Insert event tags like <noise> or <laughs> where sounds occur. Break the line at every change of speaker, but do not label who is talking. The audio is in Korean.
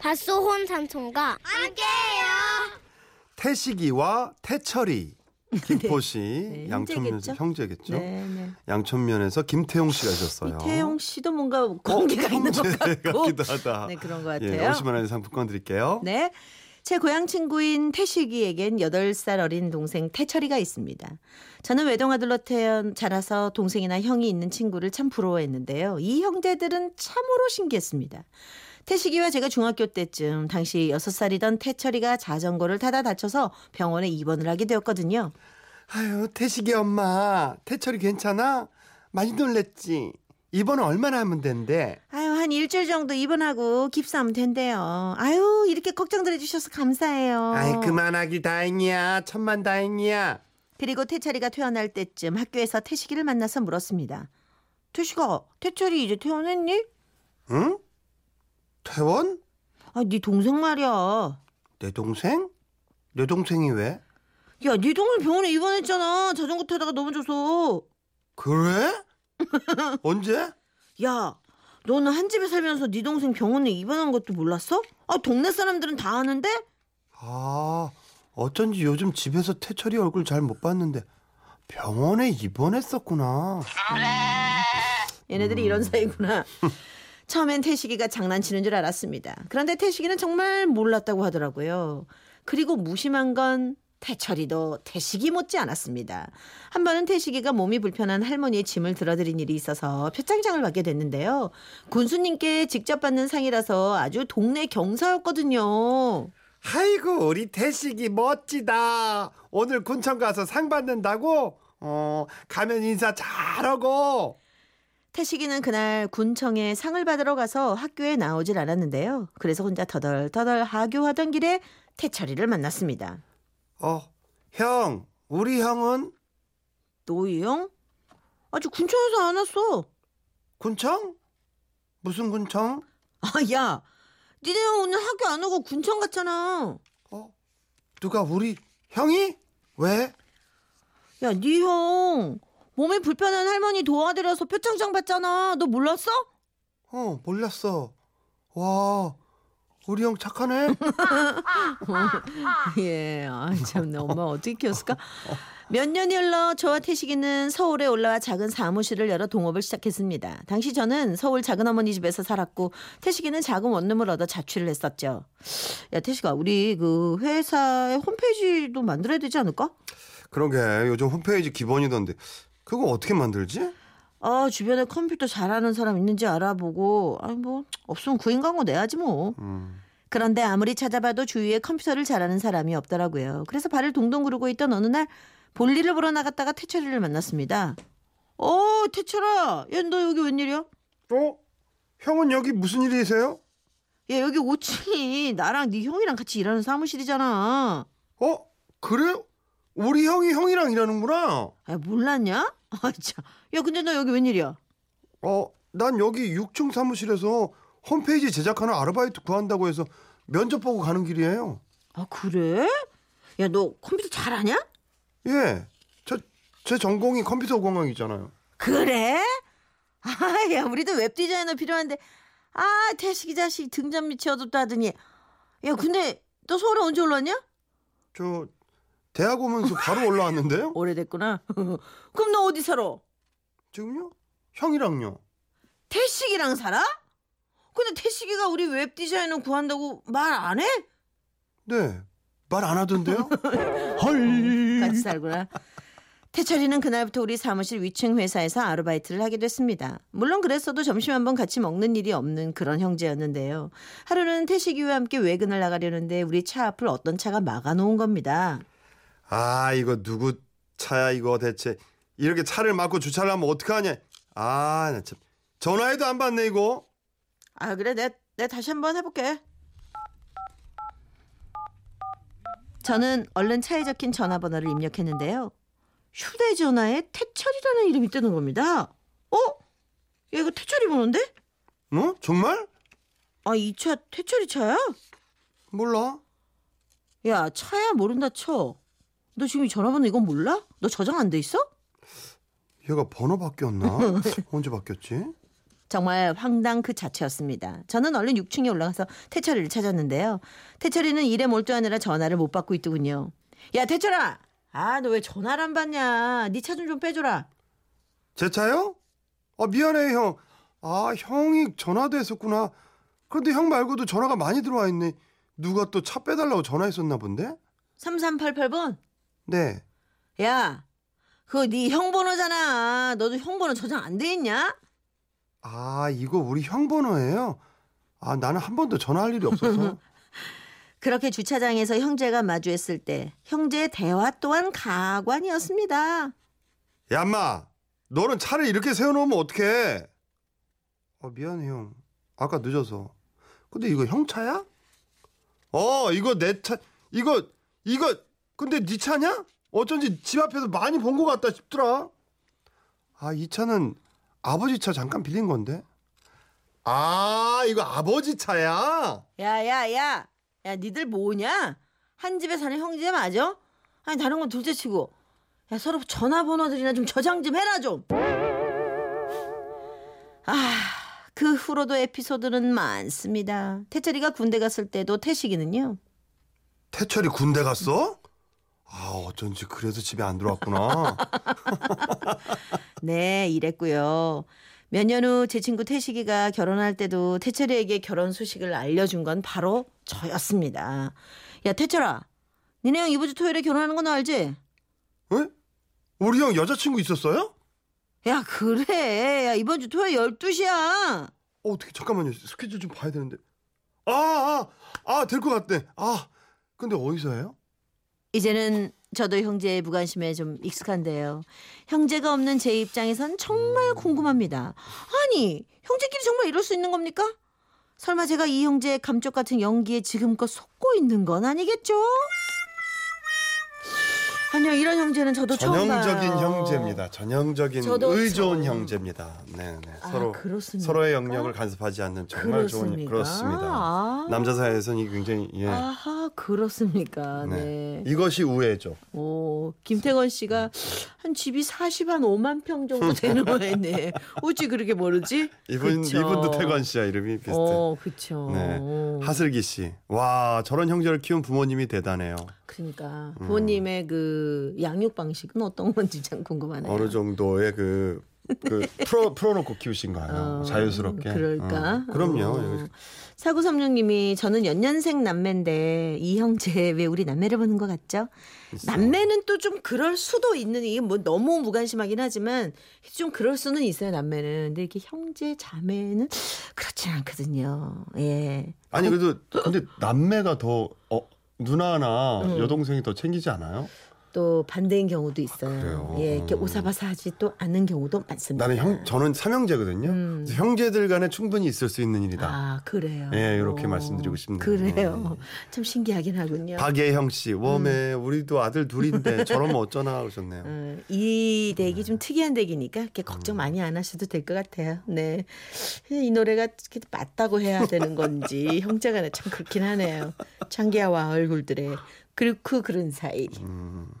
밭소혼 삼촌과 함께해요.
태식이와 태철이 김포시
네,
양촌면
형제겠죠?
형제겠죠.
네, 네.
양촌면에서 김태용 씨가 있었어요.
이태용 씨도 뭔가 관계가
어,
있는 것
형제
같고.
같기도 하다.
네, 그런 것
예,
같아요.
50만 원의 상품권 드릴게요.
네. 제 고향 친구인 태식이에겐 8살 어린 동생 태철이가 있습니다. 저는 외동아들로 태어 자라서 동생이나 형이 있는 친구를 참 부러워했는데요. 이 형제들은 참으로 신기했습니다. 태식이와 제가 중학교 때쯤 당시 6살이던 태철이가 자전거를 타다 다쳐서 병원에 입원을 하게 되었거든요.
아유 태식이 엄마 태철이 괜찮아? 많이 놀랬지. 이번은 얼마나 하면 된대?
아유, 한 일주일 정도 입원하고 깁스하면 된대요. 아유, 이렇게 걱정들 해주셔서 감사해요.
아이 그만하길 다행이야. 천만 다행이야.
그리고 태철이가 퇴원할 때쯤 학교에서 태식이를 만나서 물었습니다. 태식아, 태철이 이제 퇴원했니?
응? 태원?
아, 네 동생 말이야.
내 동생? 내 동생이 왜?
야, 네 동생 병원에 입원했잖아. 자전거 타다가 넘어져서. <laughs>
그래? 언제?
야, 너는 한 집에 살면서 네 동생 병원에 입원한 것도 몰랐어? 아, 동네 사람들은 다 아는데?
아, 어쩐지 요즘 집에서 태철이 얼굴 잘 못 봤는데 병원에 입원했었구나.
얘네들이 이런 사이구나. 처음엔 태식이가 장난치는 줄 알았습니다. 그런데 태식이는 정말 몰랐다고 하더라고요. 그리고 무심한 건 태철이도 태식이 못지 않았습니다. 한 번은 태식이가 몸이 불편한 할머니의 짐을 들어드린 일이 있어서 표창장을 받게 됐는데요. 군수님께 직접 받는 상이라서 아주 동네 경사였거든요.
아이고, 우리 태식이 멋지다. 오늘 군청 가서 상 받는다고? 어, 가면 인사 잘하고.
태식이는 그날 군청에 상을 받으러 가서 학교에 나오질 않았는데요. 그래서 혼자 터덜터덜 하교하던 길에 태철이를 만났습니다.
어, 형, 우리 형은
노이형? 아직 군청에서 안 왔어.
군청? 무슨 군청?
아, 야. 니네 형 오늘 학교 안 오고 군청 갔잖아.
어, 누가 우리 형이? 왜?
야, 니 형. 몸이 불편한 할머니 도와드려서 표창장 받잖아. 너 몰랐어? <laughs>
어, 몰랐어. 와, 우리 형 착하네.
예, 아, 참내 엄마 어떻게 키웠을까? 몇 년이 흘러 저와 태식이는 서울에 올라와 작은 사무실을 열어 동업을 시작했습니다. 당시 저는 서울 작은 어머니 집에서 살았고 태식이는 작은 원룸을 얻어 자취를 했었죠. 야, 태식아, 우리 그 회사의 홈페이지도 만들어야 되지 않을까?
그러게 요즘 홈페이지 기본이던데 그거 어떻게 만들지?
아, 주변에 컴퓨터 잘하는 사람 있는지 알아보고, 아니 뭐 없으면 구인 광고 내야지 뭐.
음.
그런데 아무리 찾아봐도 주위에 컴퓨터를 잘하는 사람이 없더라고요. 그래서 발을 동동 구르고 있던 어느 날 볼일을 보러 나갔다가 태철이를 만났습니다. 어, 태철아, 얘 너 여기 웬일이야?
어? 형은 여기 무슨 일이세요?
야, 여기 5층이 나랑 네 형이랑 같이 일하는 사무실이잖아.
어? 그래? 우리 형이 형이랑 일하는구나.
아, 몰랐냐? 아, 참. 야, 근데 너 여기 웬일이야?
어, 난 여기 6층 사무실에서 홈페이지 제작하는 아르바이트 구한다고 해서 면접 보고 가는 길이에요.
아, 그래? 야, 너 컴퓨터 잘하냐?
예. 저, 제 전공이 컴퓨터 공학이잖아요.
그래? 아, 야, 우리도 웹디자이너 필요한데. 아, 태식이 자식 등잔 밑이 어둡다 하더니. 야, 근데 너 서울에 언제 올랐냐?
저 대학 오면서 바로 올라왔는데요.
오래됐구나. <laughs> 그럼 너 어디 살아?
지금요? 형이랑요.
태식이랑 살아? 근데 태식이가 우리 웹디자이너 구한다고 말 안 해?
네. 말 안 하던데요?
같이 살구나. 태철이는 그날부터 우리 사무실 위층 회사에서 아르바이트를 하게 됐습니다. 물론 그랬어도 점심 한번 같이 먹는 일이 없는 그런 형제였는데요. 하루는 태식이와 함께 외근을 나가려는데 우리 차 앞을 어떤 차가 막아놓은 겁니다.
아 이거 누구 차야 이거 대체 이렇게 차를 막고 주차를 하면 어떡하냐 아나 참. 전화해도 안 받네 이거
아 그래 내, 내 다시 한번 해볼게 저는 얼른 차에 적힌 전화번호를 입력했는데요 휴대전화에 태철이라는 이름이 뜨는 겁니다 어? 야 이거 태철이 번호인데?
어? 정말?
아 이 차 태철이 차야?
몰라
야 차야 모른다 쳐너 지금 이 전화번호 이건 몰라? 너 저장 안 돼 있어?
얘가 번호 바뀌었나? 언제 바뀌었지?
정말 황당 그 자체였습니다. 저는 얼른 6층에 올라가서 태철이를 찾았는데요. 태철이는 일에 몰두하느라 전화를 못 받고 있더군요. 야 태철아, 아 너 왜 전화를 안 받냐? 네 차 좀 좀 빼줘라.
제 차요? 아 미안해 형. 아 형이 전화도 했었구나. 그런데 형 말고도 전화가 많이 들어와 있네. 누가 또 차 빼달라고 전화했었나 본데?
3388번.
네.
야, 그거 네 형 번호잖아. 너도 형 번호 저장 안 돼 있냐?
아 이거 우리 형 번호예요. 아 나는 한 번도 전화할 일이 없어서.
그렇게 주차장에서 형제가 마주했을 때 형제의 대화 또한 가관이었습니다.
야 엄마, 너는 차를 이렇게 세워놓으면 어떡해? 아 미안해 형. 아까 늦어서. 근데 이거 형 차야? 어 이거 내 차. 이거 이거 근데 네 차냐? 어쩐지 집 앞에서 많이 본 것 같다 싶더라. 아 이 차는 아버지 차 잠깐 빌린 건데. 아 이거 아버지 차야?
야야야, 야, 니들 뭐냐? 한 집에 사는 형제 맞아? 아니 다른 건 둘째치고, 야 서로 전화번호들이나 좀 저장 좀 해라 좀. 아. 그 후로도 에피소드는 많습니다. 태철이가 군대 갔을 때도 태식이는요.
태철이 군대 갔어? 아 어쩐지 그래서 집에 안 들어왔구나.
네, 이랬고요. 몇 년 후 제 친구 태식이가 결혼할 때도 태철이에게 결혼 소식을 알려준 건 바로 저였습니다. 야, 태철아. 니네 형 이번 주 토요일에 결혼하는 건 알지?
응? 우리 형 여자친구 있었어요?
야, 그래. 야, 이번 주 토요일 12시야.
어, 어떻게 잠깐만요 스케줄 좀 봐야 되는데 아, 아아아될 것 같네 아 근데 어디서 해요?
이제는 저도 형제의 무관심에 좀 익숙한데요. 형제가 없는 제 입장에선 정말 궁금합니다. 아니, 형제끼리 정말 이럴 수 있는 겁니까? 설마 제가 이 형제의 감쪽 같은 연기에 지금껏 속고 있는 건 아니겠죠? 아니요, 이런 형제는 저도 처음 봐요.
전형적인 형제입니다 전형적인
저도
의존
처음.
형제입니다 네네
아,
서로
그렇습니까?
서로의 영역을 간섭하지 않는 정말 좋은
그렇습니까?
그렇습니다
아,
남자 사이에서는 이게 굉장히 예
아하, 그렇습니까? 네.
이것이 우애죠
오, 어, 김태건 씨가 한 집이 40, 한 5만 평
<laughs>
정도 되는 거였네. 어찌 그렇게 모르지?
이분
그쵸.
이분도 태관 씨야 이름이 비슷해
어, 그쵸.
네.
어.
하슬기 씨와 저런 형제를 키운 부모님이 대단해요
그러니까
음.
부모님의 그 양육 방식은 어떤 건지 참 궁금하네요.
어느 정도의 그, 그 풀어 풀어놓고 키우신 거예요.
어,
자유스럽게.
그럴까?
어, 그럼요.
사구삼육님이 저는 연년생 남매인데 이 형제 왜 우리 남매를 보는 것 같죠?
있어.
남매는 또 좀 그럴 수도 있는 이게 뭐 너무 무관심하긴 하지만 좀 그럴 수는 있어요 남매는. 근데 이렇게 형제 자매는 그렇진 않거든요. 예.
아니 그래도 근데 남매가 더 어, 누나나
음.
여동생이 더 챙기지 않아요?
또 반대인 경우도 있어요.
그래요? 음.
예, 이렇게 오사바사하지 또 않은 경우도 많습니다.
나는 형 저는 삼형제거든요. 그래서 형제들 간에 충분히 있을 수 있는 일이다.
음. 아 그래요.
예, 이렇게
어,
말씀드리고 싶네요. 음.
그래요. 참 신기하긴 하군요.
박예형 씨,
음.
웜에 우리도 아들 둘인데 저러면 어쩌나 하셨네요. 네. 음.
어, 이 덱이 좀 특이한 덱이니까 이렇게 걱정 많이 안 하셔도 될 것 같아요. 네, 이 노래가 이렇게 맞다고 해야 되는 건지 <laughs> 형제간에 참그 그렇긴 하네요. 창기야와 얼굴들의 그렇고 그런 사이.
음.